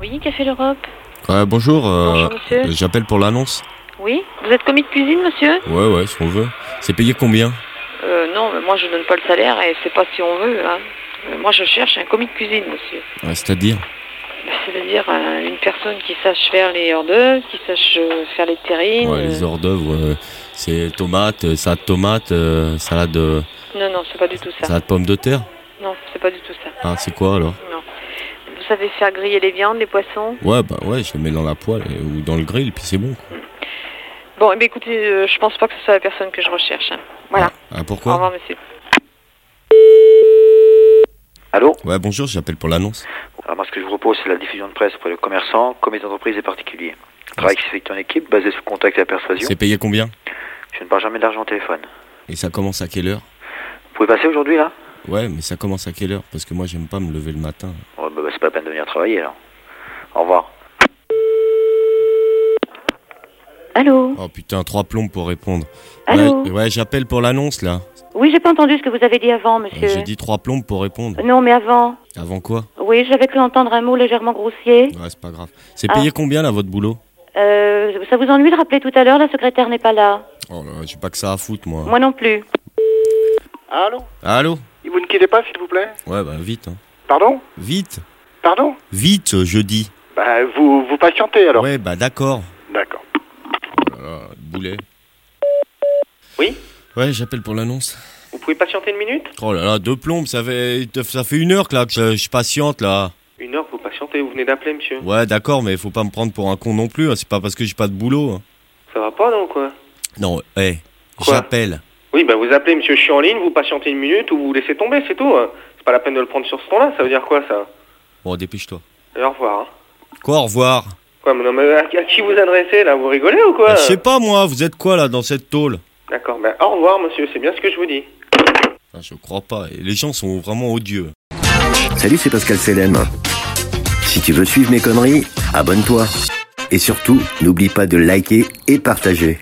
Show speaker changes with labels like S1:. S1: Oui, Café l'Europe.
S2: Euh, bonjour, euh,
S1: Bonjour, monsieur.
S2: j'appelle pour l'annonce.
S1: Oui, vous êtes commis de cuisine, monsieur
S2: Ouais, ouais, si on veut. C'est payé combien
S1: euh, Non, mais moi je donne pas le salaire et c'est pas si on veut. Hein. Euh, Moi je cherche un commis de cuisine, monsieur.
S2: Ouais, C'est-à-dire
S1: Bah, C'est-à-dire euh, une personne qui sache faire les hors d'œuvre, qui sache euh, faire les terrines.
S2: ouais, Les hors d'œuvre, euh, c'est tomate, euh, salade tomate, euh, salade, euh,
S1: euh, Non, non, c'est pas du tout ça.
S2: salade pomme de terre.
S1: Non, c'est pas du tout ça.
S2: Ah, c'est quoi alors
S1: Non. Vous savez faire griller les viandes, les poissons
S2: Ouais, bah ouais, je le mets dans la poêle et- ou dans le grill, puis c'est bon. quoi.
S1: Bon, eh bien, écoutez, euh, je pense pas que ce soit la personne que je recherche. hein. Voilà.
S2: Ah,
S1: Au
S2: pourquoi
S1: revoir, monsieur.
S3: Allô
S2: Ouais, bonjour, j'appelle pour l'annonce.
S3: Alors moi ce que je vous propose c'est la diffusion de presse pour les commerçants, comme les entreprises et particuliers. Travail qui s'effectue en équipe, basé sur le contact et la persuasion.
S2: C'est payé combien
S3: Je ne parle jamais d'argent au téléphone.
S2: Et ça commence à quelle heure
S3: Vous pouvez passer aujourd'hui là
S2: Ouais, mais ça commence à quelle heure Parce que moi, j'aime pas me lever le matin.
S3: Ouais, bah, bah, C'est pas la peine de venir travailler alors. Au revoir.
S4: Allô
S2: Oh putain, trois plombes pour répondre.
S4: Allô
S2: ouais, ouais, j'appelle pour l'annonce là.
S4: Oui, j'ai pas entendu ce que vous avez dit avant,
S2: Euh,
S4: monsieur.
S2: J'ai dit trois plombes pour répondre.
S4: Non, mais avant.
S2: Avant quoi
S4: Oui, j'avais cru entendre un mot légèrement grossier.
S2: Ouais, c'est pas grave. C'est payé
S5: Ah.
S2: combien là votre boulot
S4: Euh, ça vous ennuie de rappeler tout à l'heure, la secrétaire n'est pas là.
S2: Oh là, là, j'ai pas que ça à foutre moi.
S4: Moi non plus.
S6: Allô
S2: Ah, Allô
S6: Vous ne quittez pas, s'il vous plaît
S2: Ouais, bah vite. hein.
S6: Pardon
S2: Vite
S6: Pardon
S2: Vite, euh, je dis.
S6: Bah, vous, vous patientez alors.
S2: Ouais, bah d'accord.
S6: D'accord.
S2: Oh là là, le boulet.
S5: Oui
S2: Ouais, j'appelle pour l'annonce.
S5: Vous pouvez patienter une minute
S2: Oh là là, deux plombes, ça fait, ça fait une heure que là, que je, je patiente là.
S5: Une heure, vous patientez, vous venez d'appeler, monsieur.
S2: Ouais, d'accord, mais faut pas me prendre pour un con non plus. hein. C'est pas parce que j'ai pas de boulot. hein.
S5: Ça va pas, non, quoi
S2: Non, hé,
S5: Quoi
S2: j'appelle.
S5: Oui, bah vous appelez, monsieur, je suis en ligne, vous patientez une minute ou vous laissez tomber, c'est tout. hein. C'est pas la peine de le prendre sur ce temps-là, ça veut dire quoi, ça
S2: Bon, dépêche-toi.
S5: Et au revoir. hein.
S2: Quoi, au revoir
S5: Quoi, mais non, mais à, à qui vous adressez, là Vous rigolez ou quoi
S2: Bah, Je sais pas moi, vous êtes quoi là dans cette tôle
S5: D'accord, bah au revoir, monsieur, c'est bien ce que je vous dis.
S2: Ah, Je crois pas. Et les gens sont vraiment odieux.
S7: Salut, c'est Pascal Selem. Si tu veux suivre mes conneries, abonne-toi. Et surtout, n'oublie pas de liker et partager.